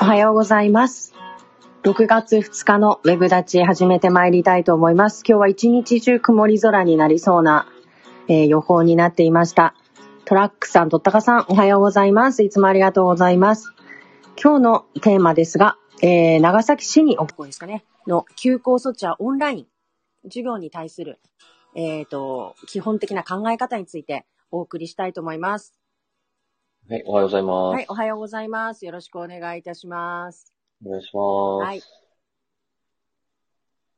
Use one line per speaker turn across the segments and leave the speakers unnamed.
おはようございます。6月2日のウェブ立ち始めてまいりたいと思います。今日は一日中曇り空になりそうな、えー予報になっていました。トラックさん、とったかさん、おはようございます。いつもありがとうございます。今日のテーマですが、えー長崎市におこですかね、の休校措置はオンライン、授業に対する、えっ、と、基本的な考え方についてお送りしたいと思います。
はい、おはようございます。
はい、おはようございます。よろしくお願いいたします。
お願いします。
はい。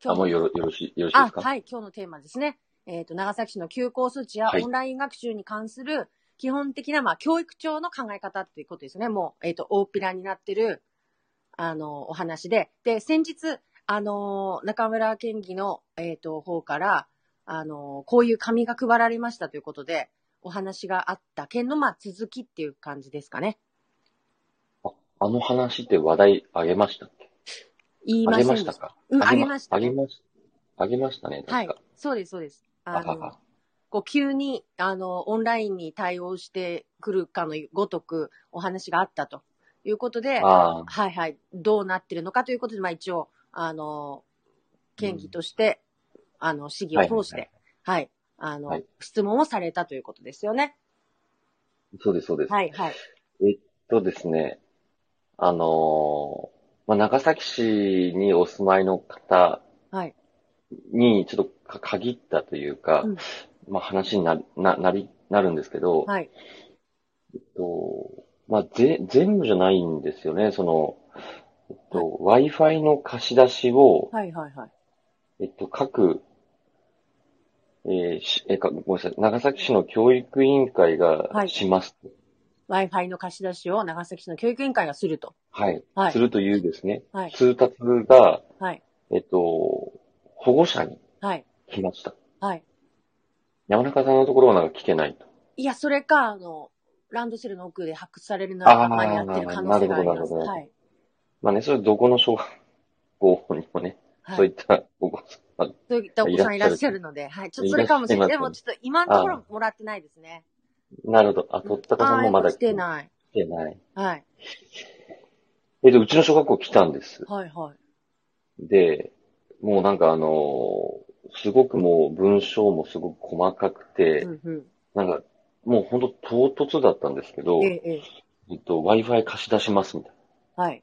あ、もうよろ、よろしい、よろしいで
あ
す、か
はい、今日のテーマですね。えっ、と、長崎市の休校措置や
はい
オンライン学習に関する基本的な、まあ、教育庁の考え方っていうことですね。もう、えっ、と、大っぴらになってる、あの、お話で。で、先日、あの、中村県議の、えっ、と、方から、あの、こういう紙が配られましたということで、お話があった件の、まあ、続きっていう感じですかね。
あの話って話題あげましたっけ
言い
あ
ま
げ
せん
ま
で
したか
うん、あげました。
あげましあげましたね、
は
確
い
か。。
そうです、そうです。
あ
あ
は
の
は、
こう急に、あの、オンラインに対応してくるかのごとくお話があったということで、
あー
はいはい、どうなってるのかということで、まあ一応、あの、県議として、あの、市議を通して、はい、あの、
はい
質問をされたということですよね。
そうです、そうです。
はいはい。
そうですね。あのーまあ、長崎市にお住まいの方
はい
に、ちょっとか限ったというか、
うん
まあ、話にな、な、なり、なるんですけど、
はい。
と、まあ、ぜ、全部じゃないんですよね。その、えっと、Wi-Fi の貸し出しを、
はいはいはい。
えっと、各、えーしえか、ごめんなさい、長崎市の教育委員会
は
が
い
します。
Wi-Fi の貸し出しを長崎市の教育委員会がすると。
はい。
はい
するというですね、
はい
通達が、
はい。
えっと、保護者に
はい。
来ました。
はい。
山中さんのところはなんか聞けないと。
いや、それか、あの、ランドセルの奥で発掘される仲間にやってる可能性があり
あー
ま
なるほ
す。
どなるほど
はい。
まあね、それどこの小学校にもね、
は
そうい
い。
ったお子さんが
そういったお子さんいらっしゃるので、はい。ちょっとそれかもしれない。
い
で
らっしゃい
も
ます
ちょっと今のところもらってないですね。
なるほど。あ、とったかさんもまだ
あー来てない。
来てない。
はい。
えっと、うちの小学校来たんです。
はいはい。
で、もうなんかあのーすごくもう文章もすごく細かくて、
うんう
なんか、もうほんと唐突だったんですけど、
ん。え
え
え、ええ。
っと、Wi-Fi 貸し出しますみたい
はい。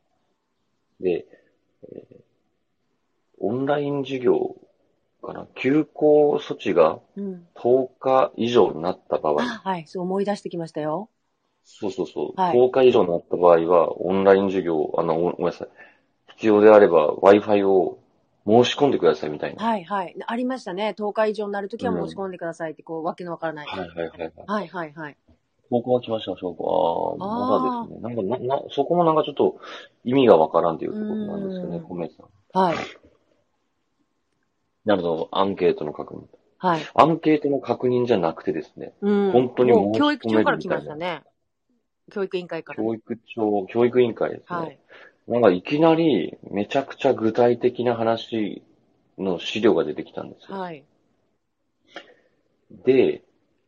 な。で、えーオンライン授業かな、休校措置が
うん。
10日以上になった場合、
あ、はい。そう思い出してきましたよ。
そうそうそう、
はい
10日以上になった場合は、オンライン授業、あの、ごごめんなさい、必要であれば Wi-Fi を申し込んでくださいみたいな。
はいはい。ありましたね。10日以上になるときは申し込んでくださいって、こう、わけのわからない。
はいはいはいはい。
はいはいはい。
証拠は来ました、証拠。あ
あ
あ、
ー
まだですね。なんかな、な、そこもなんかちょっと意味がわからんというところなんですよ
う
ね、
ん
コメントさん。
はい。
なるほど、アンケートの確認。
はい。
アンケートの確認じゃなくてですね、
うん。
本当に申し込める
も
みたいな
う教育庁から来ましたね。教育委員会から。
教育庁、教育委員会ですね。
はい。
なんかいきなりめちゃくちゃ具体的な話の資料が出てきたんですよ。
はい。
で、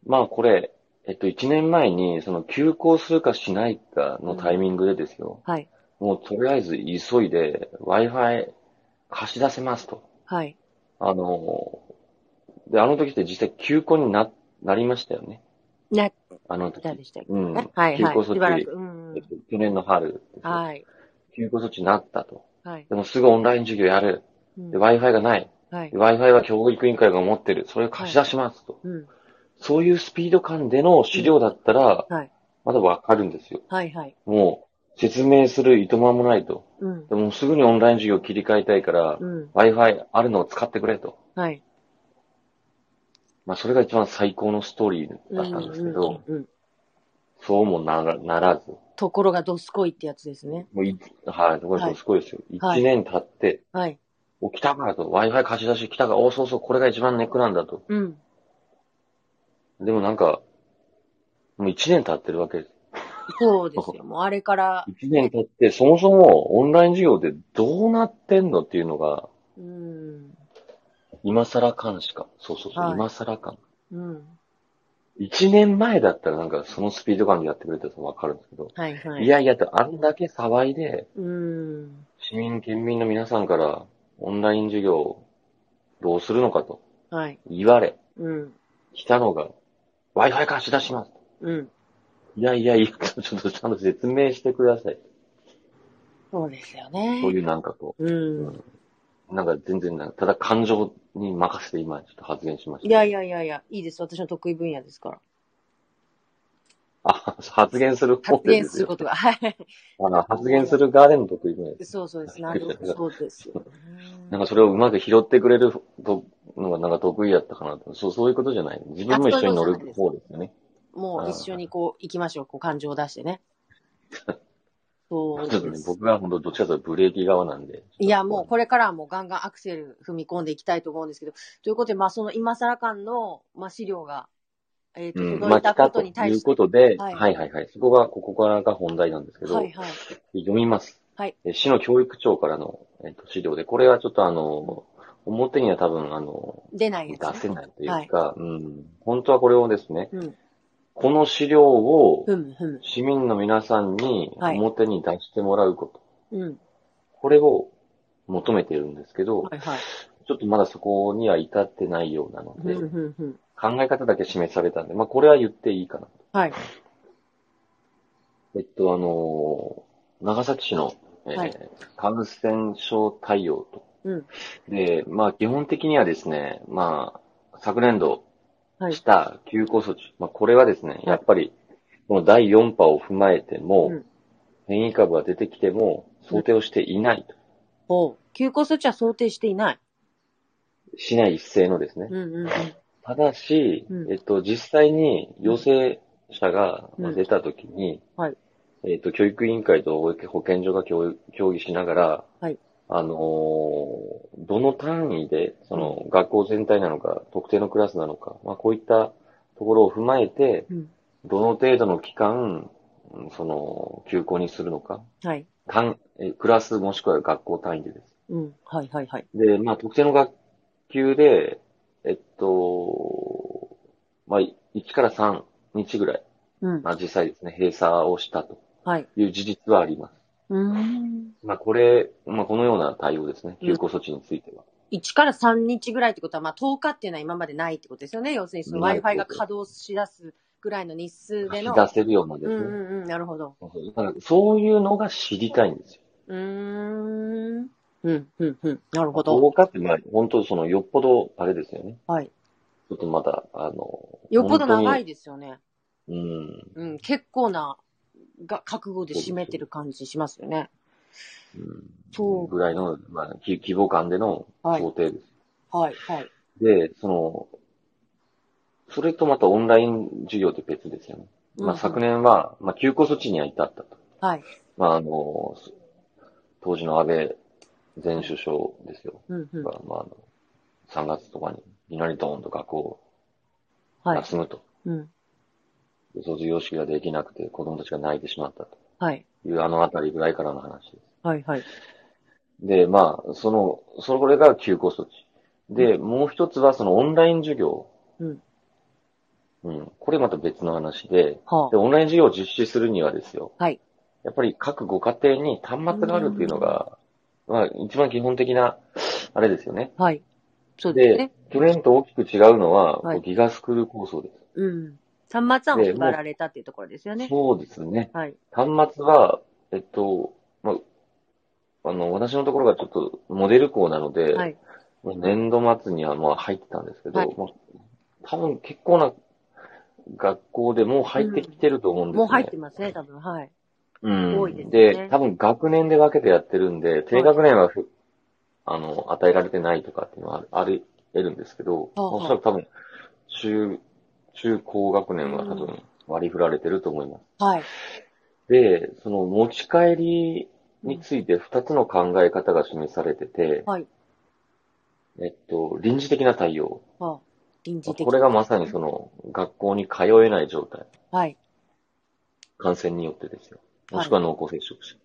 まあこれ、えっと、1年前に、その、休校するかしないかのタイミングでですよ。
はい。
もう、とりあえず急いで、Wi-Fi 貸し出せますと。
はい。
あの、で、あの時って実際休校にな、なりましたよね。
な、
あの
み
時。
たいでしたっけ
うん。
ねはい
休
はい。
校
し
措
ばら
置
く。、うん
えっ。と去年の春、
はい。
休校措置になったと。
はい。
でもすぐオンライン授業やる。
うん
で Wi-Fi がない。
はい
で。Wi-Fi は教育委員会が持ってる。それを貸し出しますと。
うん。
そういうスピード感での資料だったら、
はい。
まだわかるんですよ。
はいはい。
もう、説明するいとまもないと。
うん。
でもすぐにオンライン授業を切り替えたいから、
うん。
Wi-Fi あるのを使ってくれと。
はい。
まあ、それが一番最高のストーリーだったんですけど、
うんうんうん。
そうもならならず、
ところがどすこいってやつですね。
もういはい、こ
は
れ
い
すごいですよ。一、
はい
年経って、
はい。
お、来たかと、Wi-Fi 貸し出し来たか、お、そうそう、これが一番ネックなんだと。
うん。
でもなんか、もう一年経ってるわけです。
そうですよ。もうあれから、
一年経って、そもそもオンライン授業でどうなってんのっていうのが、
うん。
今更感しか。そうそうそう、
はい
今更感。
うん。
1年前だったらなんかそのスピード感でやってくれたらわかるんですけど、、
はいはいい。
やいやと、あんだけ騒いで、
うん。
市民、県民の皆さんからオンライン授業どうするのかと
はい。
言われ、
うん。
来たのが、Wi-Fi 貸し出します。
うん。
いやいやいや、ちょっとちゃんと説明してください。
そうですよね
そう。いうなんかこ
うん。
う、なんか全然なんか、ただ感情に任せて今ちょっと発言しました。
いやい。やいやいや、いいです。私の得意分野ですから。
あ、発言する方
発
で
言
です
する
よ。
ことが。はい。
あの、発言する側での得意分野です。
そうそうです。なるほど。そうですよね。
なんかそれをうまく拾ってくれるとのがなんか得意やったかなと。そう、そういうことじゃない。自分も一緒に乗る方ですよね。
もう一緒にこう、行きましょう。こう、感情を出して ね。
ちょ
そ
っ
う
と
で
ね、
す。
僕が本当どっちかというとブレーキ側なんで。
いや、もうこれからはもうガンガンアクセル踏み込んでいきたいと思うんですけど、ということで、まあその今更感の、まあ資料が、えっ、と、
うん、
届
まあ、
いた
来
こ
た
と
と
に対
い
し
う
て、
ことで、
は
はいい、はいはいそこが、ここからが本題なんですけど、
はいはい。
読みます。
はい
え。市の教育長からの、えっと資料で、これはちょっとあの、表には多分あの、
出ないやつ、ね。
出せないというか、うん、本当はこれをですね、
うん。
この資料を
ふむふむ。
市民の皆さんに
はい
表に出してもらうこと、
うん。
これを求めているんですけど、
はいはい。
ちょっとまだそこには至ってないようなの
ふ
で、
むふむふむ。
考え方だけ示されたんで、まあこれは言っていいかな。
はい。
えっと、あのー長崎市の、えー
はい
感染症対応と。
うん。
で、まあ、基本的にはですね、まあ、昨年度
はい
した休校措置、まあ、これはですね、やっぱり、この第4波を踏まえても、
うん
変異株が出てきても、想定をしていないと。
おう。休校措置は想定していない。
市内一斉のですね。
うんうんうん。
ただし、
うん
えっと、実際に陽性者がまあ
うん
出たときに、
はい
えっと、教育委員会と保健保健所が協協議しながら、
はい
あのーどの単位で、その、学校全体なのか、特定のクラスなのか、まあ、こういったところを踏まえて、
うん。
どの程度の期間、うんその、休校にするのか、
はい。
単、えクラスもしくは学校単位でです。
うん。はいはいはい。
で、まあ、特定の学級で、えっと、まあ、1から3日ぐらい、
うん。
まあ、実際ですね、閉鎖をしたと
はい。
いう事実はありま
うーん。
す。まあ、これ、まあ、このような対応ですね、
うん
休校措置については。
1から3日ぐらいってことは、まあ10日っていうのは今までないってことですよね。要するにその
ない
Wi-Fi が稼働しだすぐらいの日数で
貸
の。
し出せるようなで
うん
すね。
うんうん、なるほど。
そうそうだからそういうのが知りたいんですよ。
うーん。うん、うん、うん。なるほど。
10日って、まあ、本当その、よっぽど、あれですよね。
はい。
ちょっとまだ、あの、
よっぽど長い
本
ですよね。
当に。うん。
うん、結構な、が、覚悟で締めてる感じしますよね。
うん
そう
ぐらいの、まあ、き規模感での
はい
想定です。
はい、はい。
で、その、それとまたオンライン授業って別ですよね。ま
うん
あ、昨年は、まあ、休校措置には至ったと。
はい。
まあ、あの、す当時の安倍前首相ですよ。
うん、うん。
がまああの、3月とかに、いなりドーンと学校を
はい。
休むと。
うん。
で卒業式ができなくて子供たちが泣いてしまったと
はい。
いうあのあたりぐらいからの話です。
はい、はい。
で、まあ、その、それが休校措置。で、もう一つはそのオンライン授業。
うん。
うん。これまた別の話で、
は
で、オンライン授業を実施するにはですよ。
はい。
やっぱり各ご家庭に端末があるっていうのが、まあ、一番基本的な、あれですよね。
あ。はい。そうです
で
ね。、
去年と大きく違うのは、
はい
ギガスクール構想です。
うん。端末案を
で
配られたっていうところですよね。
そうですね。
はい。
端末は、えっと、まあ、あの、私のところがちょっとモデル校なので、
はい。
まあ年度末にはまあ入ってたんですけど、
はい
まあ、多分結構な学校でもう入ってきてると思うんです
も
ね。
う入ってますね、多分。はい。
うん
多いですね
多分学年で分けてやってるんで、低学年はふ、あの、与えられてないとかっていうのはあり得るんですけど、
はあはあ
おそらく多分、中、中高学年は多分割り振られてると思います。
はい。
で、その持ち帰りについて2つの考え方が示されてて、
はい
えっと、臨時的な対応。
はあ、臨時的。
これがまさにその、学校に通えない状態。
はい。
感染によってですよ。もしくは濃厚接触者。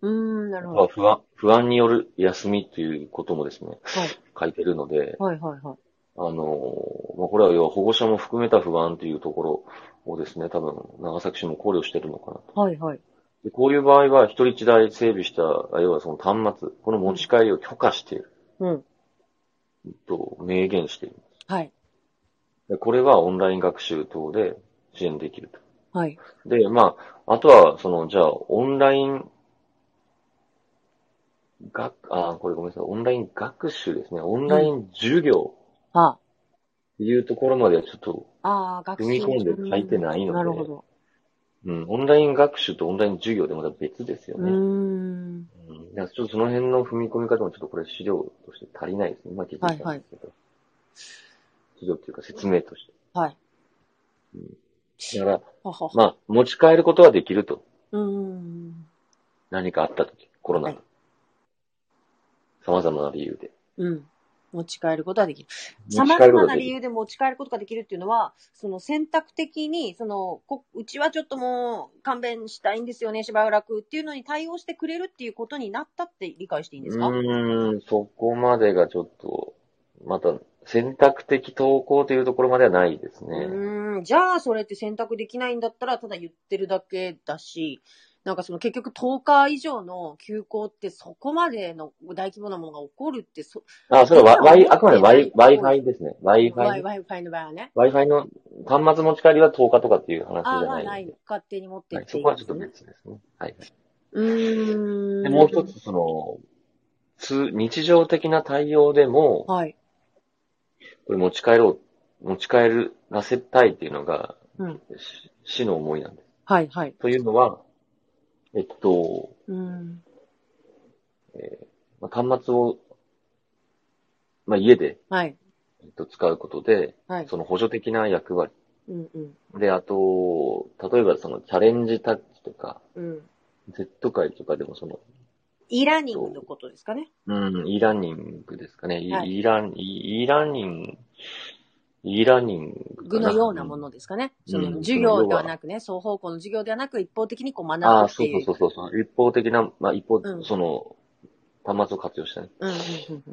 うーん、なるほ
まあ
ど。
不安、不安による休みということもですね、
はい。
書いてるので、
はい、はい、はい。
あの、まあ、これは要は保護者も含めた不安というところをですね、多分長崎市も考慮してるのかなと。
はいはい。
でこういう場合は、一人一台整備した、あ要はその端末、この持ち帰りを許可している
うん。
と明言している。
はい。
でこれはオンライン学習等で支援できると。
はい。
で、まあ、あとは、その、じゃあ、オンライン、学、あ、これごめんなさい、オンライン学習ですね。オンライン授業
あ
っていうところまではちょっと、
あー、学習。
踏み込んで書いてないので
なるほど。
うん、オンライン学習とオンライン授業でまた別ですよ
うー
ね。
ん。
うん。だからちょっとその辺の踏み込み方もちょっとこれ資料として足りないですね。今気づいたんですけど。
はいはい
資料っていうか説明とし
はい。
て。だから、
ははは。
まあ、持ち帰ることはできると。
うーん。
何かあったとき、コロナの。
は
様々な理由で。
うん。持ち帰ることはできる。
持
様
ち帰るこ
々
とが
な
でき
理
る。
由で持ち帰ることができるっていうのは、その選択的に、その、こうちはちょっともう勘弁したいんですよね、しばらくっていうのに対応してくれるっていうことになったって理解していいんですか、
うーん、そこまでがちょっと、また、選択的投稿というところまではないですね。
うーん、じゃあそれって選択できないんだったら、ただ言ってるだけだし、なんかその結局10日以上の休校ってそこまでの大規模なものが起こるって、そ、
あ、それは
実は
Wi、あくまで Wi、
持ってない
Wi-Fi ですね。
ワイ
Wi-Fi。
ワイファイの場合はね。
Wi-Fi の端末持ち帰りは10日とかっていう話じ
ああ、
ゃ
ま
な
あ
いので。
ない。勝手に持って
は
っ
い、
て
そ
いい
こは
で
ち
す
ょっと
ね。
別ですね。はい。
うーん。
で、もう一つ、その、通、日常的な対応でも、
はい。
これ持ち帰ろう、持ち帰るらせたいっていうのが、
うん
し市の思いなんです。
はい、はい。
というのは、えっと、
うん。
まあ端末を、まあ、家で、
はい。
えっと、使うことで、
はい。
その補助的な役割。
うんうん。
で、あと、例えばそのチャレンジタッチとか、
うん。
Z 会とかでもその、
イラーニングのことですかね。
うん、e ラーニングですかね。
は
e ラーニング、e ラーニング、e ラーニングか
具
な
のようなものですかね。
うん
そ
うん
の授業ではなくね、双方向の授業ではなく一方的にこう学
ああ、
ぶっ
そ
て
うそ
いうう。
そうそうそう。一方的な、まあ一方、
うん
その、端末を活用したね。
うんうん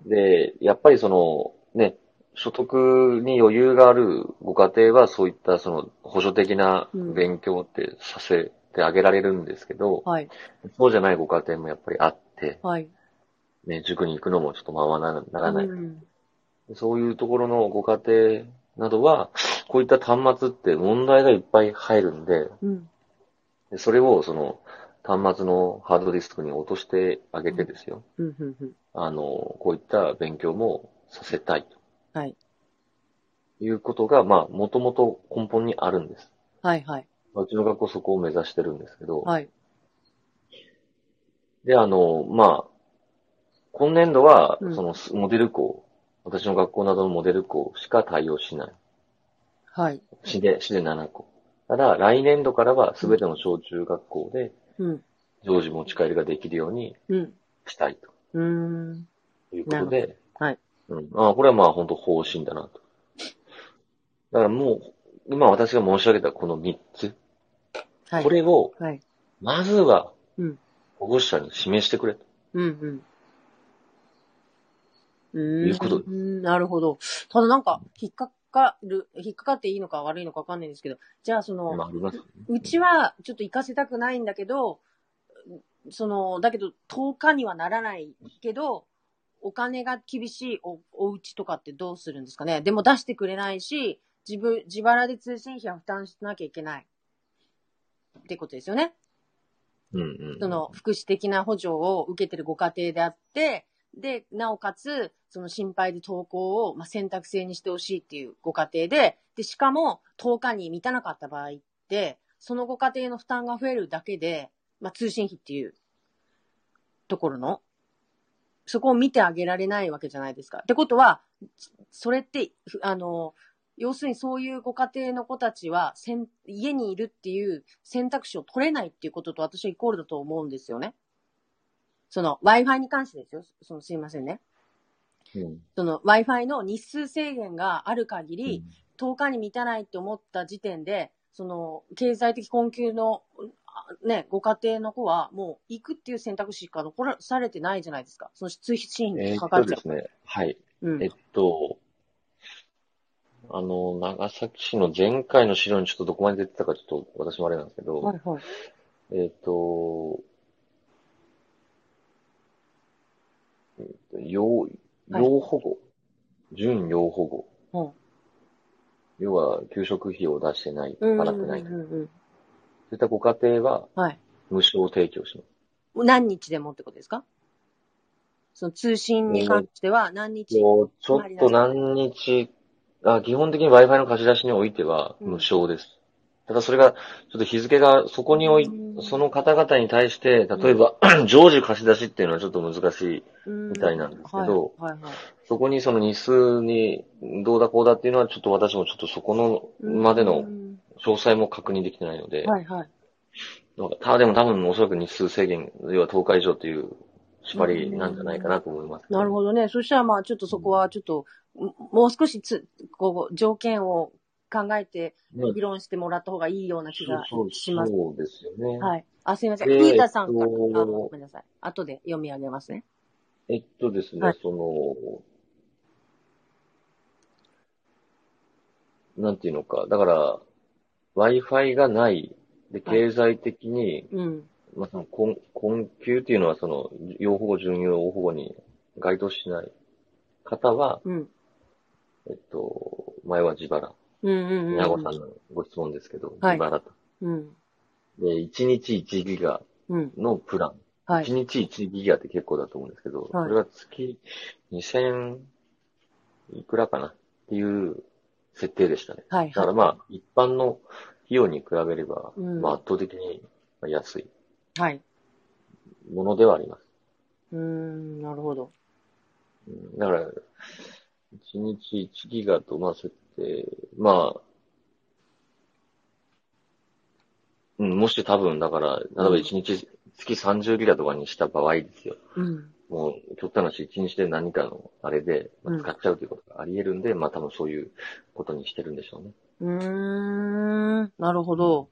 うん
で、やっぱりその、ね、所得に余裕があるご家庭はそういったその補助的な
うん
勉強ってさせてあげられるんですけど、
はい。
そうじゃないご家庭もやっぱりあって、
はい。
ね、塾に行くのもちょっとままなならない、
うん
そういうところのご家庭などは、こういった端末って問題がいっぱい入るんで、
うん。
でそれをその端末のハードディスクに落としてあげてですよ。
うんうんうん。
あの、こういった勉強もさせたいと。
はい。
いうことが、まあ、もともと根本にあるんです。
はいはい。
まあうちの学校そこを目指してるんですけど、
はい。
で、あの、まあ、今年度は、
うん
その、すモデル校、私の学校などのモデル校しか対応しない。
はい。
市で、市で7校。ただ、来年度からは全ての小中学校で
うん。
常時持ち帰りができるように
うん。
したい
うーん。
ということで、
はい。
うん。ああ、これはまあ本当方針だなと。だからもう、今私が申し上げたこの3つ、
はい。
これを、
はい。
まずは
うん、
保護者に示してくれと。
うんうん。
いうことです
ん、なるほど。ただなんか、引っかかる、引っかかっていいのか悪いのかわかんないんですけど、じゃあその、
まあ、ありますよね。
うちはちょっと行かせたくないんだけど、その、だけど10日にはならないけど、お金が厳しいおお家とかってどうするんですかね。でも出してくれないし、自分、自腹で通信費は負担しなきゃいけない。ってことですよね。
うんうん。
その、福祉的な補助を受けてるご家庭であって、で、なおかつ、その心配で登校を、まあ、選択制にしてほしいっていうご家庭で、で、しかも10日に満たなかった場合って、そのご家庭の負担が増えるだけで、まあ、通信費っていうところの、そこを見てあげられないわけじゃないですか。ってことは、それって、ふあの、要するにそういうご家庭の子たちはせん、家にいるっていう選択肢を取れないっていうことと私はイコールだと思うんですよね。その Wi-Fi に関してですよ。そのすいませんね。
うん、
その Wi-Fi の日数制限がある限り、10日に満たないって思った時点で、その、経済的困窮の、あね、ご家庭の子は、もう、行くっていう選択肢しか残らされてないじゃないですか。その、通信費
えー
か
っ
か
と
っちゃ
ですね、はい。
う。うん
えっと、あの、長崎市の前回の資料にちょっとどこまで出てたかちょっと私もあれなんですけど、
はいはい。
えっ、と、えーと要、
はい
要保護。準要保護。
うん
要は、給食費を出してない、
うん
払ってない。
う
そ
んうん
ういったご家庭は、
うん。はい。
無償提供します。
何日でもってことですかその通信に関しては何日
もうちょっと何日、あ基本的に Wi-Fi の貸し出しにおいては
うん
無償です。ただそれが、ちょっと日付が、そこにおい、
うん
その方々に対して、例えば、常時貸し出しっていうのはちょっと難しい。
み
たいなんですけど
はいはいはい。
そこにその日数に、どうだこうだっていうのは、ちょっと私もちょっとそこの、まで
う
の
ん
詳細も確認できてないので、
はいはい。
なんかただでも多分おそらく日数制限、要は10日以上という縛りなんじゃないかなと思います、
なる
ど。
ほどね。そしたらまあちょっとそこはちょっと、ももう少しつ、こう、条件を考えて議論してもらった方がいいような気が
そう
します。
そうですよね。
はい。あ、すいません。
で
ピータさんから、あ
えっと
ごめんなさい。後で読み上げますね。
えっとですね、
はい
その、なんていうのか、だから、Wi-Fi がない、で、
はい
経済的に、
うん。
まあ、その困、困窮っていうのは、その、要保護、準要保護に該当しない方は、
うん。
えっと、前は自腹。
うんうんうん。
宮古さんのご質問ですけど、
はい
自腹と。
うん。
で、1日1ギガ
うん。
のプラン。
はい
1。日1ギガって結構だと思うんですけど、
はい
それが月2000いくらかなっていう設定でしたね。
はい
だか
は
らまあ、一般の費用に比べれば、
うん
まあ圧倒的に安い
い。はい。
ものではあります。
うーん、なるほど。
うんだから、1日1ギガとまあ設定、まあ、うん、もし多分、だから、例えば1日、月30ギガとかにした場合ですよ。
うん。
もう、極端なし、一日で何かの、あれで、まあ
うん
使っちゃうということがあり得るんで、まあ多分そういうことにしてるんでしょうね。
うーん、なるほど。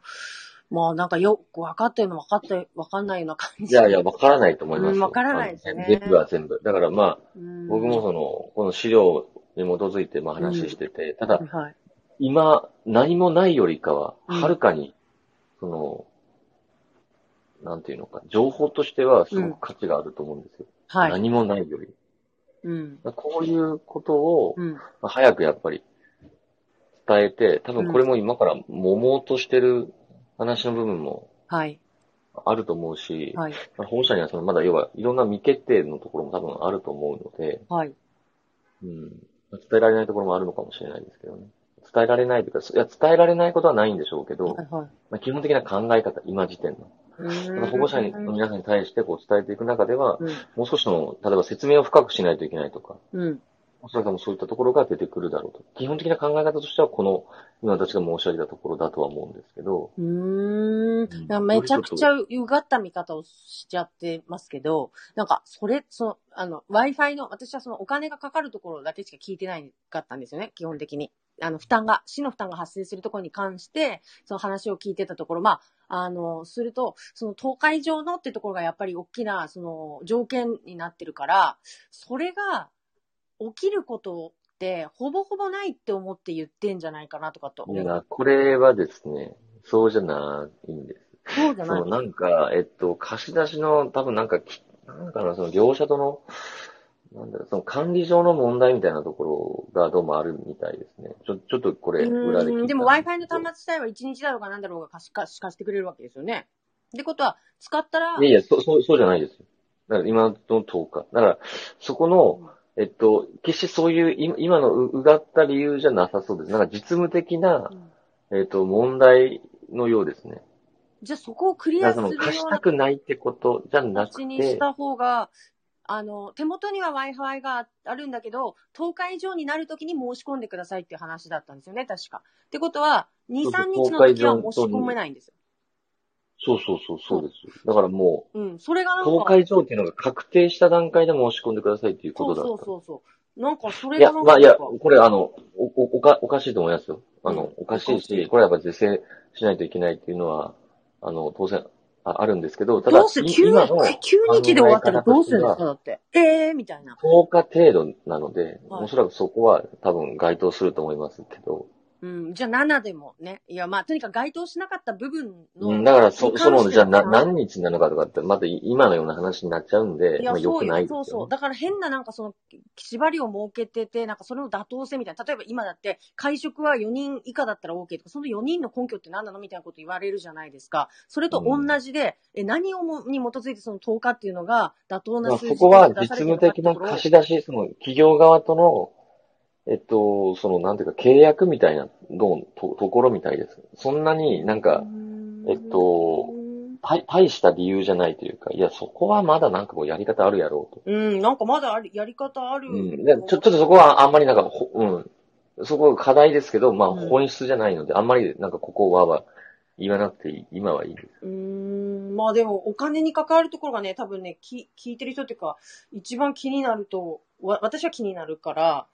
まあなんかよく分かってるの分かって、分かんないような感じ。
いやいや、わからないと思いますよ。
うんわからないですね
あの全部は全部。だからまあ、
うん、
僕もその、この資料に基づいて、まあ話してて、ただ、
はい。
今、何もないよりかは、
うん
はるかに、その、なんていうのか、情報としてはすごく価値があると思うんですよ。
はい。
何もないより。
うん。
だからこういうことを、
うん。
まあ早くやっぱり伝えて、多分これも今から揉もうとしてる話の部分も
はい。
あると思うし、
はい。
まあ保護者にはそのまだ要はいろんな未決定のところも多分あると思うので、
はい。
うん、まあ伝えられないところもあるのかもしれないですけどね。伝えられないというか、そいや伝えられないことはないんでしょうけど、
はい。はい。
まあ、基本的な考え方、今時点の。ただ保護者にの
うん。
皆さんに対してこう伝えていく中では、もう少しの、例えば説明を深くしないといけないとか、
うん。
おそらくもそういったところが出てくるだろうと。基本的な考え方としては、この、今私が申し上げたところだとは思うんですけど、
うーん。だからめちゃくちゃうがった見方をしちゃってますけど、なんか、それ、その、あの、Wi-Fi の、私はそのお金がかかるところだけしか聞いてないかったんですよね、基本的に。あの、負担が、市の負担が発生するところに関して、その話を聞いてたところ、まあ、あの、すると、その東海上のってところがやっぱり大きな、その、条件になってるから、それが起きることって、ほぼほぼないって思って言ってんじゃないかなとかと
い
思う。
や、これはですね、そうじゃないんです。
そうじゃ
そ
ない
のなんか、えっと、貸し出しの、多分なんか、きなんかな、その業者との、なんだろう、その管理上の問題みたいなところがどうもあるみたいですね。ちょ、ちょっとこれ、裏で聞い
うんん
たすけ
で
ど
も Wi-Fi の端末自体は1日だろうが何だろうが貸し貸し貸してくれるわけですよね。ってことは、使ったら、
いやいや、そう、そう、そうじゃないですよ。だから今の10日。だから、そこの、えっと、決してそういう、い今のううがった理由じゃなさそうです。なんか実務的な
う、ん
えっと、問題のようですね。
じゃあそこをク
だ
リ
か
ア
ら
す
そ
るよ
の、貸し
う
た
な
くないってことじゃなく、
形にしてた方が、あの、手元には Wi-Fi があるんだけど、10日以上になるときに申し込んでくださいっていう話だったんですよね、確か。ってことは、2、
そうそう
3日の時は申し込めないんですよ。
そうそうそう、そうです。だからも
うん、それが
う、
なんか、
公開上っていうのが確定した段階で申し込んでくださいっていう
そ
こ
う
とだった。
そうそうそう。なんかそれ
いや、
がなん
ま
か、
あいや、これあの、お、お、おか、おかしいと思いますよ。あの、
うん
おかしい
おかし
し、
い
これはやっぱ是正しないといけないっていうのは、あの、当然ああるんですけど、ただ、
どうする
い
?9
今の
日、9日で終わったらどうするんですかだって。ええー、みたいな。
10日程度なので、
はい
おそらくそこは多分該当すると思いますけど、
うん。じゃあ7でもね。いや、まあ、とにかく該当しなかった部分の。
うん、だからそ、
に
そ
関して
の、じゃあな
は
何日なのかとかって、また今のような話になっちゃうんで、
い
ま
や、
あ、良
そ
く
う
な
よ
いですよ
そう
ね
そう。だから変ななんかその、縛りを設けてて、なんかそれの妥当性みたいな。例えば今だって、会食は4人以下だったら OK とか、その4人の根拠って何なのみたいなこと言われるじゃないですか。それと同じで、え何をもに基づいてその10日っていうのが妥当
ま
な
あ、
数
そ
字
こは
と
実
して出
務
されて
的
るの
な
かってところを
貸し出し、その企業側との、えっと、その、なんていうか、契約みたいな、どうと、ところみたいです。そんなになんか、えっと、大大した理由じゃないというか、いや、そこはまだなんかこうやり方あるやろうと。
うん、なんかまだありやり方ある。
うん。でちょ、ちょっとそこはあんまりなんか、ほうん。そこは課題ですけど、まあ
うん
本質じゃないので、あんまりなんかここはは言わなくていい、今はいいです。
うーんまあでもお金に関わるところがね、多分ね、き聞いてる人っていうか、一番気になると、わ私は気になるから、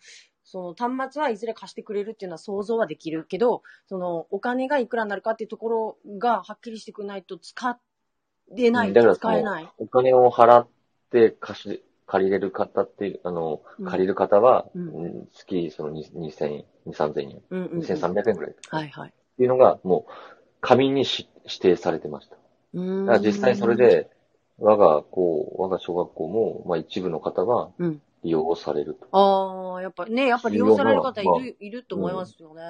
その端末はいずれ貸してくれるっていうのは想像はできるけど、そのお金がいくらになるかっていうところがはっきりしてくれないと使えな
うん
い、
だからその
使えない。
お金を払って貸し、借りれる方っていう、あの、
うん
借りる方は、
うん
うん月そのに2000円、2000円、
うんうんうん、
2300円くらいっ
はいはい。
ていうのが、もう、紙にし指定されてました。
うーん
だから実際それ、で、我が校、我が小学校も、まあ一部の方は
うん、
利用をされると。
ああ、やっぱね、やっぱ利用される方いる、
まあ
いると思いますよね。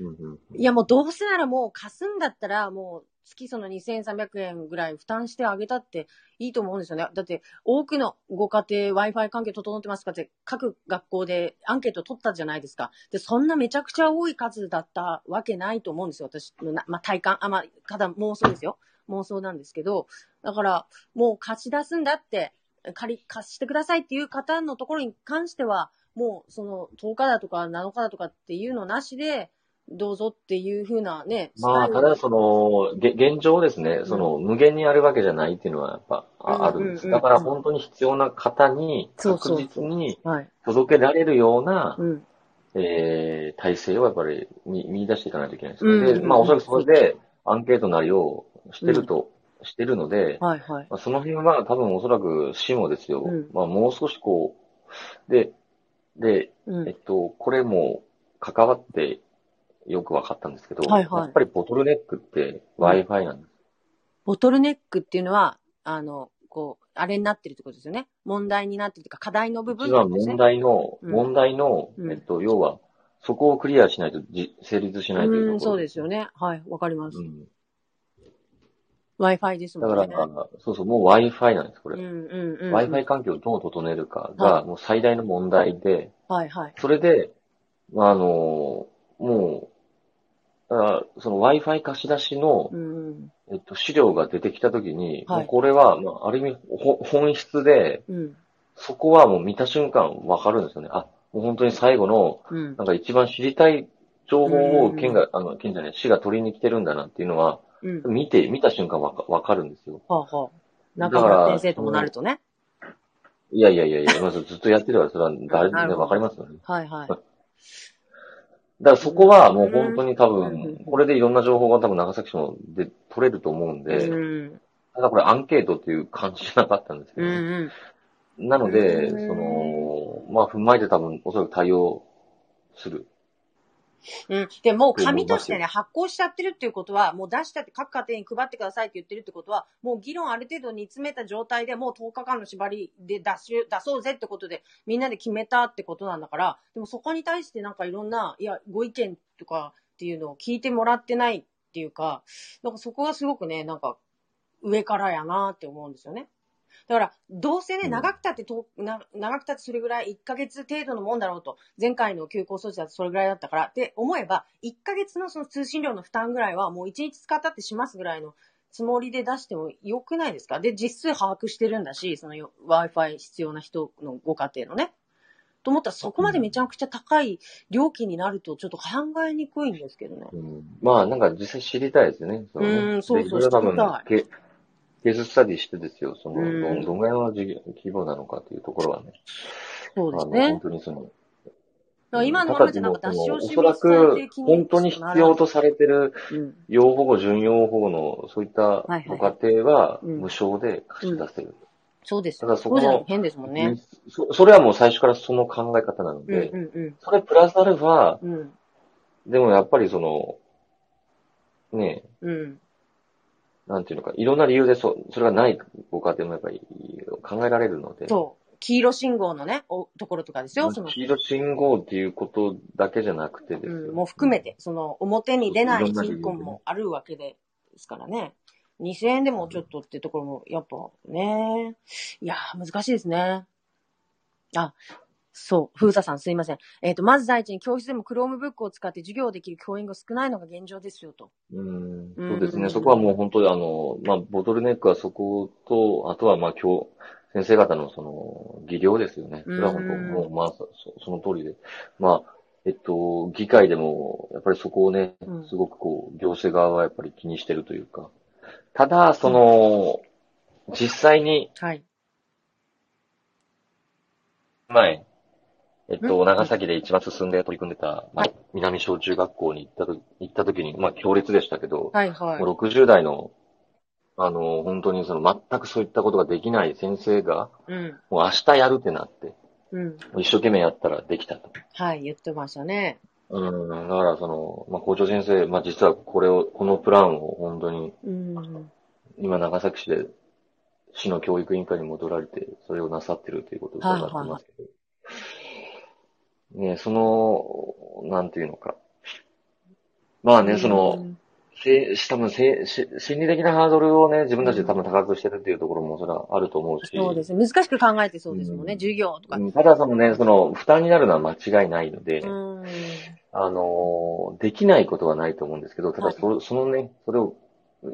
うんうん
いやもうどうせならもう貸すんだったらもう月その2300円ぐらい負担してあげたっていいと思うんですよね。だって多くのご家庭 Wi-Fi 環境整ってますかって各学校でアンケート取ったじゃないですか。で、そんなめちゃくちゃ多い数だったわけないと思うんですよ。私のな、まあ、体感、あ、まあ、ただ妄想ですよ。妄想なんですけど。だからもう貸し出すんだって、借り、貸してくださいっていう方のところに関しては、もうその10日だとか7日だとかっていうのなしで、どうぞっていうふうなね、
まあ、
スタ
た
イル
だその、げ現状ですね、
ん
その、無限にあるわけじゃないっていうのはやっぱあ,、
うん
あるんで
う
す。
んうん
だから本当に必要な方に、
そうそう
確実に
はい。
届けられるような、
うん。
えー、体制をやっぱり見見出していかないといけないです
うんうん
ね。
うん
で、まあおそらくそれでアンケートなりをしてると、してるので、
はいはい。
まあ、その辺は多分おそらく市もですよ、
うん
まあもう少しこう、で、で、
う
えっ
ん。
と、これも関わってよく分かったんですけど、
はいはい
やっぱりボトルネックって Wi-Fi なんです。
ボトルネックっていうのは、あの、こう、あれになってるってことですよね。問題になってるというか、課題の部分っ
一
てこ
番
とですね
問。題の、
うん
問題の、
うん
えっと、要は、そこをクリアしないとじ成立しないという
うん、
とこ
そう
ろ
ですよ
ね。
ね。はい、わかります
う。ん
Wi-Fi です
だ
も
か
ん
ら、
ね。
そうそう、もう Wi-Fi なんです、こ
うん
れ。
うんうん。
Wi-Fi 環境をどう整えるか
は
が、
い
もう最大の問題で、
はいはい。
それで、まあ、あの、もう、あその Wi-Fi 貸し出しの
う、ん
えっと、資料が出てきたときに、
はい
もうこれは、まあ、ある意味、ほ本質で、
うん。うん。
そこはもう見た瞬間わかるんですよね。あ、もう本当に最後の、
うん
なんか一番知りたい情報
う
を
ん
県が、あの、県じゃない、市が取りに来てるんだなっていうのは、
うん。
見て、見た瞬間わかわかるんですよ。
はあはあ。
だ
中
から
村先生ともなるとね。
いやいやいやいや、まずずっとやってるから、それは誰
なるほ
でも
ど
わかりますよね。
はいはい。
だからそこはもう本当に多
うん
分、これでいろんな情報が多分長崎市もで取れると思うんで、
うん。
ただこれアンケートっていう感じじゃなかったんですけ
う
どね、
んうん。
なので、
うん
その、まあ踏まえて多分おそらく対応する。
うん。で、もう紙としてね、発行しちゃってるっていうことは、もう出したって各家庭に配ってくださいって言ってるってことは、もう議論ある程度煮詰めた状態でもう10日間の縛りで出し、出そうぜってことで、みんなで決めたってことなんだから、でもそこに対してなんかいろんな、いや、ご意見とかっていうのを聞いてもらってないっていうか、なんかそこがすごくね、なんか上からやなって思うんですよね。だから、どうせ
う
ね、
ん
長くたってと、な長くたってそれぐらい、1ヶ月程度のもんだろうと、前回の休校措置だとそれぐらいだったから、って思えば、1ヶ月のその通信料の負担ぐらいは、もう1日使ったってしますぐらいのつもりで出してもよくないですかで、実数把握してるんだし、そのよ Wi-Fi 必要な人のご家庭のね。と思ったら、そこまでめちゃくちゃ高い料金になると、ちょっと考えにくいんですけどね。
うん、まあなんか実際知りたいですよね。そのね
うんそうそう
でいろいろ多
知りた
分ケ、ケーススタディしてですよ、その、
うん
どんどんぐらいの事業規模なのかっていうところはね。
そうです
あの
ね
本。当にそ
だ
の、
から今のままじゃなんか脱
その
脂を
お
し
そらく、本当に必要
と、
とされてる
うん
養護保護、準養護保護の、そういった
はい
ご家庭は
うん
無償で貸し出せる。
そうです
た
よ。
だそ
そ
こ
う
の
じゃない変ですもんね。
そそれはもう最初からその考え方なの
うん
で、
う
それプラスアルファ、
んうん。
でもやっぱりその、ねえ、
うん。うん。
なんていうのか、いろんな理由でそそれがないご家庭もやっぱり考えられるので、
そう。黄色信号のね、おところとかですよ。その、
黄色信号っていうことだけじゃなくてです
う
よ、
ん、もう含めて、その、表に出ない
いろんな理由
貧困もあるわけで、ですからね。2000円でもちょっとってところも、やっぱね、いやー、難しいですね。あ、そう、風太さんすいません。えっ、と、まず第一に教室でも Chrome ブックを使って授業できる教員が少ないのが現状ですよと。
うんそうです
うん
ね。そこはもう本当にあの、まあ、ボトルネックはそこと、あとはまあ今日、先生方のその、技量ですよね。それは本当、
うん
もうまあそ、その通りで。まあ、えっと、議会でも、やっぱりそこをね
うん、
すごくこう、行政側はやっぱり気にしてるというか。ただ、その、実際に、
はい。
前、えっ
う
と、
ん
長崎で一番進んで取り組んでた、ま
は
あ、南小中学校に行ったと、行った時に、まあ、強烈でしたけど、
はいはい
も。う60代の、あの、本当にその全くそういったことができない先生が、
うん。
もう明日やるってなって、
うん。
一生懸命やったらできたと。
はい、言ってましたね。
うん、だからその、まあ、校長先生、まあ、実はこれを、このプランを本当に、
うん。
今長崎市で、市の教育委員会に戻られて、それをなさってるということを伺ってますけど、ね、その、なんていうのか。まあね、その、せ、し、多分せ、し、心理的なハードルをね、自分たちで多分高くしてるっていうところもそれはあると思うし。
そうですね。難しく考えてそうですもんね。
うん
授業とか。
うんただそのね、その、負担になるのは間違いないので、
うん。
あのー、できないことはないと思うんですけど、ただそ、そのね、それを、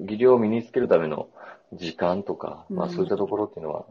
技量を身につけるための時間とか、まあ
うん
そういったところっていうのは、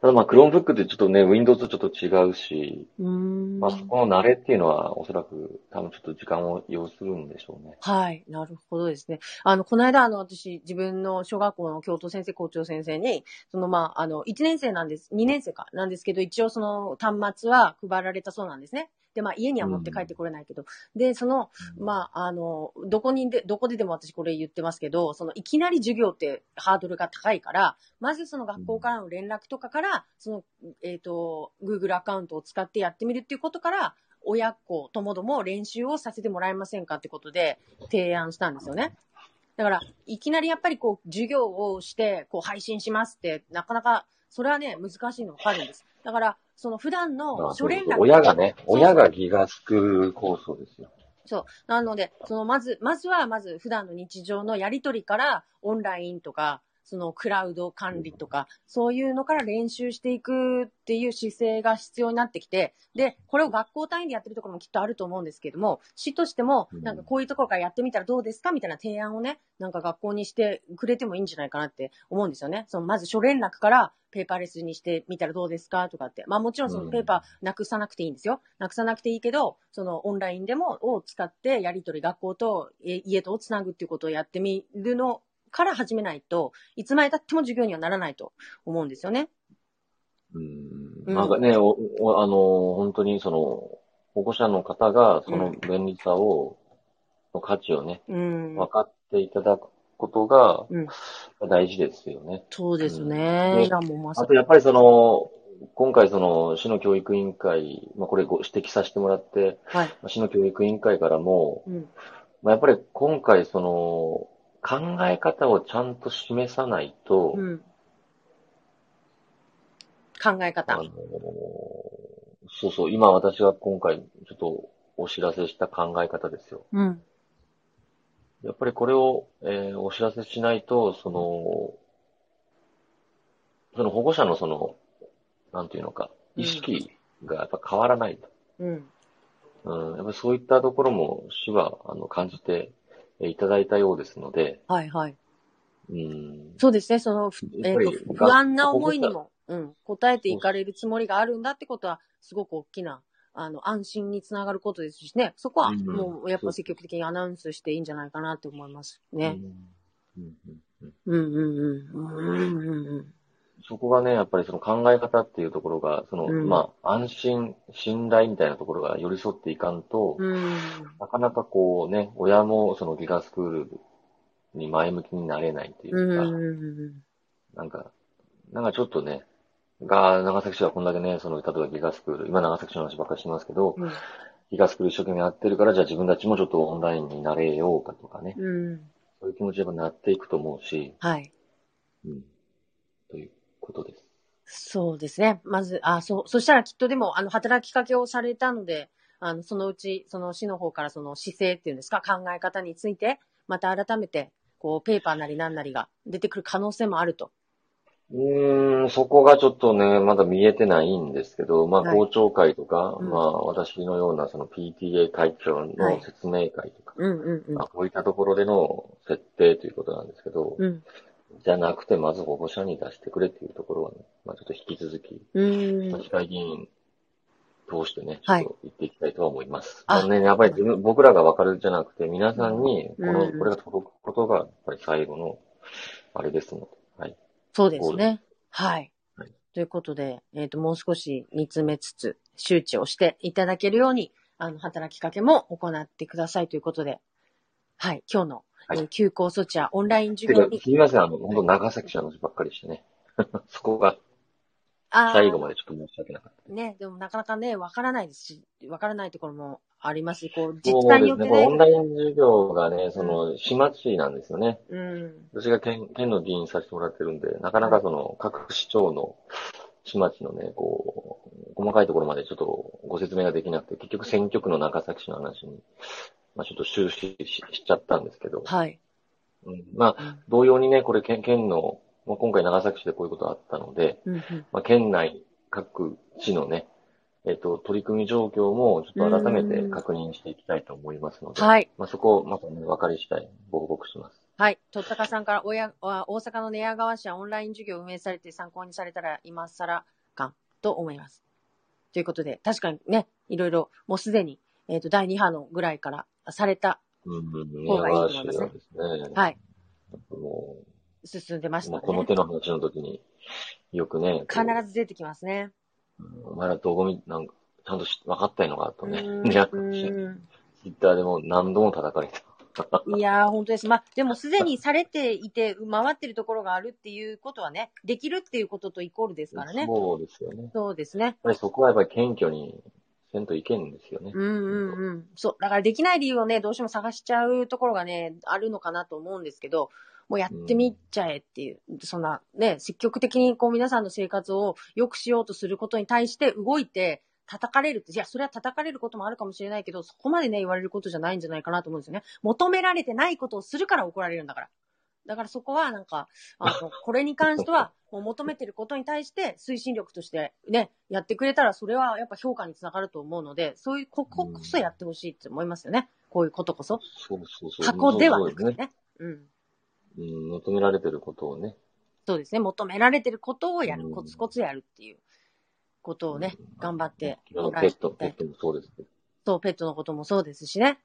ただまあ、Chromebook ってちょっとね、Windows とちょっと違うし、
うん。
まあそこの慣れっていうのは、おそらく多分ちょっと時間を要するんでしょうね。
はい。なるほどですね。あの、この間、あの、私、自分の小学校の教頭先生、校長先生に、その、まあ、あの、1年生なんです、2年生か、なんですけど、一応その端末は配られたそうなんですね。で、まあ、家には持って帰ってこれないけど、で、その、まあ、あの、どこにで、どこででも私これ言ってますけど、その、いきなり授業ってハードルが高いから、まずその学校からの連絡とかから、その、えっ、と、Google アカウントを使ってやってみるっていうことから、親子ともども練習をさせてもらえませんかってことで提案したんですよね。だから、いきなりやっぱりこう、授業をして、こう、配信しますって、なかなか、それはね、難しいのわかるんです。だから、その普段
ま
の
あそ
初
うい
連
うこと
絡
親がね、
そう
親が気がつく構想ですよ。
そう。なので、その、まず、まずは、まず、普段の日常のやりとりから、オンラインとか、その、クラウド管理とか、そういうのから練習していくっていう姿勢が必要になってきて、で、これを学校単位でやってるところもきっとあると思うんですけども、市としても、
うん
なんかこういうところからやってみたらどうですかみたいな提案をね、なんか学校にしてくれてもいいんじゃないかなって思うんですよね。その、まず初連絡から、ペーパーレスにしてみたらどうですかとかって。まあもちろんそのペーパー、なくさなくていいんですよ。なくさなくていいけど、そのオンラインでも、を使って、やりとり、学校とえ家とをつなぐっていうことをやってみるのから始めないと、いつまで経っても授業にはならないと思うんですよね。
うんなんかね、おおあのー、本当にその、保護者の方が、その便利さを、の価値をね、
うん。
分かっていただくことが
うん、
大事ですよね。
そうです
うん
ね。
ね
いや、もうまさ
あと、やっぱりその、今回その、市の教育委員会、まあ、これご指摘させてもらって、
はい。
まあ市の教育委員会からも、
うん。
まあ、やっぱり今回その、考え方をちゃんと示さないと、
うん。考え
あ
方
の。ーそうそう、今私が今回ちょっとお知らせした考え方ですよ。
うん。
やっぱりこれを、えーお知らせしないと、その、その保護者のその、なんていうのか、
うん
意識がやっぱ変わらないと。
うん。
うん、やっぱりそういったところも市はあの感じてえーいただいたようですので、
はいはい。
うん、
そうですね。その、ふえ
や
っ、
っぱり
と、不安な思いにも、うん、答えていかれるつもりがあるんだってことは、すごく大きな、あの、安心につながることですしね。そこは、
うん
もう、やっ
そ
ぱ
う
積極的にアナウンスしていいんじゃないかなって思います
うん
ね。
うんうんうん
うんうんうん。うんうんうん。
そこがね、やっぱりその考え方っていうところが、その、
うん
まあ、安心、信頼みたいなところが寄り添っていかんと、
うん。
なかなかこうね、親もそのギガスクールに前向きになれないってい
う
うか、
ん。
なんか、なんかちょっとね、が、長崎市はこんだけね、その、例えばギガスクール、今長崎市の話ばっかりしてますけど、
うん
ギガスクール一生懸命やってるから、じゃあ自分たちもちょっとオンラインになれようかとかね、
うん。
そういう気持ちにやっぱなっていくと思うし、
はい。
うん、ということです。
そうですね。まず、あ、そう、そしたらきっとでも、あの、働きかけをされたので、あの、そのうち、その市の方からその姿勢っていうんですか、考え方について、また改めて、こう、ペーパーなりなんなりが出てくる可能性もあると。
うーん、そこがちょっとね、まだ見えてないんですけど、まあ、
はい
校長会とか、
うん
まあ、私のようなその PTA 会長
は
の
い
説明会とか、
うんうん
まあ、こういったところでの設定ということなんですけど、
うん。うん。
じゃなくて、まず保護者に出してくれっていうところはね、まあ、ちょっと引き続き、
うん
まあ。市会議員通してね、ちょ
は
っ
い
と言っていきたいとは思います。
あ
あのね、やっぱり自分、僕らがわかるんじゃなくて、皆さんに、こ
う
の、
ん
これが届くことが、やっぱり最後の、あれですので、はい。
そうですね。はい
はい。
ということで、えっ、と、もう少し煮詰めつつ、周知をしていただけるように、あの、働きかけも行ってくださいということで、はい、今日の、
はい
えー休校措置やオンライン
て
授業
か
に、
すみません、あの、本当長崎市の話ばっかりしてね。 そこが
あー
最後までちょっと申し訳なかった。
ね、でもなかなかね、わからないですし、わからないところもありますし、こう、自治
そう
体に
です
よって
ね、これオン
ね、
ライン授業がね、その、市町なんですよね。
うん、
私が県県の議員させてもらってるんで、なかなかその、各市長の、市町のね、こう、細かいところまでちょっとご説明ができなくて、結局選挙区の長崎市の話に、まあちょっと終始ししちゃったんですけど、
はい。
うん、まあ、同様にね、これ県県の、まあ、今回長崎市でこういうことあったので、
うんうん
まあ、県内各地のね、えっ、と、取り組み状況もちょっと改めて確認していきたいと思いますので、
はい。
まあ、そこをまたね、分かり次第報告します。
はい。とったかさんから、おや、あ大阪の寝屋川市はオンライン授業を運営されて参考にされたら今更感と思います。ということで、確かにね、いろいろ、もうすでに、えっ、と、第2波のぐらいからされた、
うん、うん、
方がいいと
や
思いますね
はですね、
はい、
も
進んでまし
う、
た
まあ、
ね。
この手の話の時に、よくね、
必
ず、
ず出てきますね。
お前らどこみ、なんか、ちゃんとし分かったんのかとね、
う ん
ね、
うん
ツイッターでも何度も叩かれた。
いやー、本当です。まあ、でもすでにされていて、回ってるところがあるっていうことはね、できるっていうこととイコールですからね。
そうですよね。やっ
そうですね。
ぱりそこはやっぱり謙虚にせんといけんですよね。
うんうんうん。そう。だからできない理由をね、どうしても探しちゃうところがね、あるのかなと思うんですけど、もうやってみちゃえっていう、そんなね、積極的にこう皆さんの生活を良くしようとすることに対して動いて、叩かれるって、いや、それは叩かれることもあるかもしれないけど、そこまでね、言われることじゃないんじゃないかなと思うんですよね。求められてないことをするから怒られるんだから。だからそこはなんか、あの、これに関して は、もう求めてることに対して推進力としてね、やってくれたらそれはやっぱ評価につながると思うので、そういう、こここそやってほしいって思いますよね。こういうことこそ。
そうそうそう。
過去ではなく
そ
て
うですね。
ね。うん。
うん、求められてることをね。
そうですね。求められてることをや
う
る。
ん
コツコツやるっていうことをね、頑張って
ペ
もらい
ッ
た
ト、
い
ペットもそうですけど。
そう、ペットのこともそうですしね。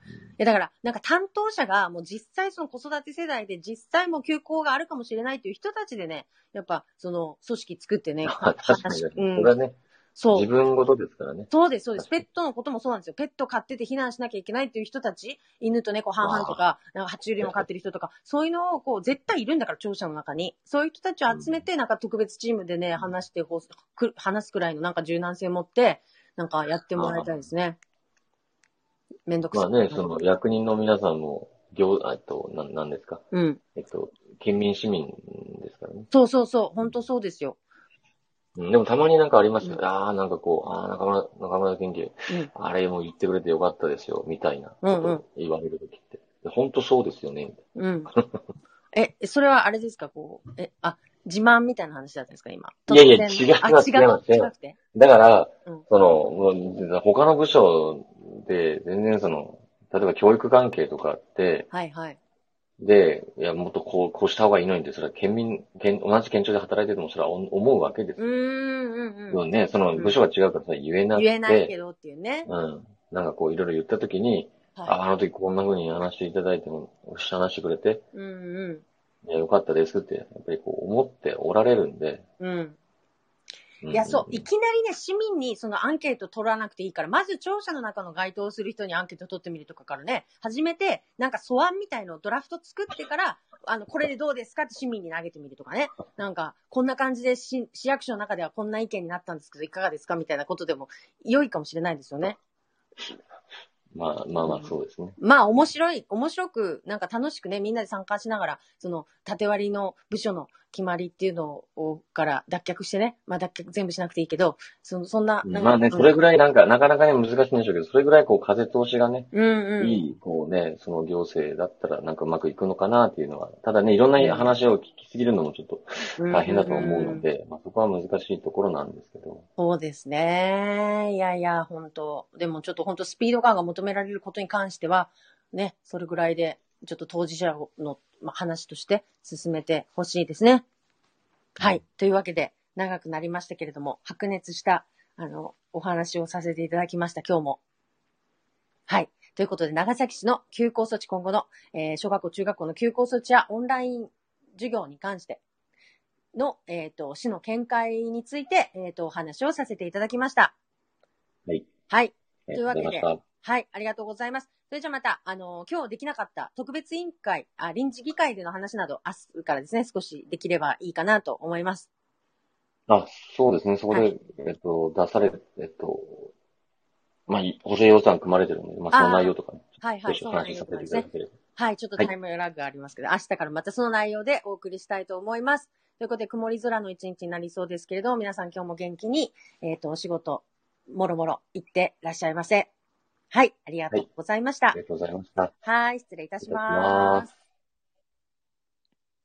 いや、だから、なんか担当者が、もう実際その子育て世代で、実際もう休校があるかもしれないという人たちでね、やっぱ、その、組織作ってね、
あ 確かに。そ
うん
れはね、
そ
自
う。
分事ですからね。
そうです、そうです。
確か
ペ
に
ットのこともそうなんですよ。ペット飼ってて避難しなきゃいけないっていう人たち、犬と猫半々とか、なんか爬虫類も飼ってる人とか、そういうのをこう、絶対いるんだから、庁舎の中に。そういう人たちを集めて、なんか特別チームでね、話してほ、く話すくらいのなんか柔軟性持って、なんかやってもらいたいですね。めんどく
ま
さ
あ
い。
ね、その役人の皆さんも、行、あえっと、な、なんですか。
うん。
えっと、県民市民ですからね。
そうそうそう、本当そうですよ。
うんでもたまになんかありますよ。
うん
ああ、なんかこう、ああ、中村、中村研究、
うん
あれも言ってくれてよかったですよ、みたいなことを言われるときって。本当そうですよね、みたい
うん。え、それはあれですか、こう、え、あ、自慢みたいな話だったんですか、今。
いやいや
突然
違います
あ、違う、
違い
違
ます
くて。
な。だから、
うん
その、もう他の部署で、全然その、例えば教育関係とかあって、
はいはい。
で、いや、もっとこう、こうした方がいいのにって、それは県民、県、同じ県庁で働いてても、それはお思うわけです
うーん、
よ。
うん、
で
う
も
ん。
ね、その部署が違うからさ、言えなくて。
言えないけどっていうね。
うん。なんかこう、いろいろ言ったときに、あ
は
あの時こんな風に話していただいても、おっしゃらしてくれて、
い。うん、うん。
いや、よかったですって、やっぱりこう思っておられるんで。
うん。
うん
いや、そう、いきなりね、市民にそのアンケート取らなくていいから、まず庁舎の中の該当する人にアンケート取ってみるとかからね、始めて、なんか素案みたいのをドラフト作ってから、あの、これでどうですかって市民に投げてみるとかね、なんか、こんな感じでし市役所の中ではこんな意見になったんですけど、いかがですかみたいなことでも良いかもしれないですよね。
まあまあまあ、そうですね。
まあ面白い、面白く、なんか楽しくね、みんなで参加しながら、その縦割りの部署の決まりっていうのをから脱却してね、まあ脱却全部しなくていいけど、そのそんな、なんか
まあね、それぐらいなんか、なかなかね、難しいんでしょうけど、それぐらいこう、風通しがね、
うんうん。
いい、こうね、その行政だったらなんかうまくいくのかなっていうのは、ただね、いろんな話を聞きすぎるのもちょっと大変だと思うので、まあそこは難しいところなんですけど、
そうですね。いやいや、本当でもちょっと本当スピード感が求められることに関しては、ね、それぐらいで、ちょっと当事者のまあ話として進めてほしいですね。はい。というわけで、長くなりましたけれども、白熱した、あの、お話をさせていただきました、今日も。はい。ということで、長崎市の休校措置今後の、えー小学校、中学校の休校措置やオンライン授業に関しての、えっ、と、市の見解について、えっ、と、お話をさせていただきました。
はい。
はい。
あり
という
が
わけ
とう
で
ございました。
はい、ありがとうございます。それじゃあまた、あの、今日できなかった特別委員会あ、臨時議会での話など、明日からですね、少しできればいいかなと思います。
あ、そうですね、そこで、
は
えっと、出され、えっと、まあ、補正予算組まれてるので、まあ、その内容とかね、
はいはい、
少し
そ
お
うなん
話
で
しさせてい
す
ただ
ね。
ければ。
はい、ちょっとタイムラグがありますけど、明日からまたその内容でお送りしたいと思います。ということで、曇り空の一日になりそうですけれど、皆さん今日も元気に、えっ、と、お仕事、もろもろ行ってらっしゃいませ。はい、ありがとうございました。は
ありがとうございました。
い、失礼いたします。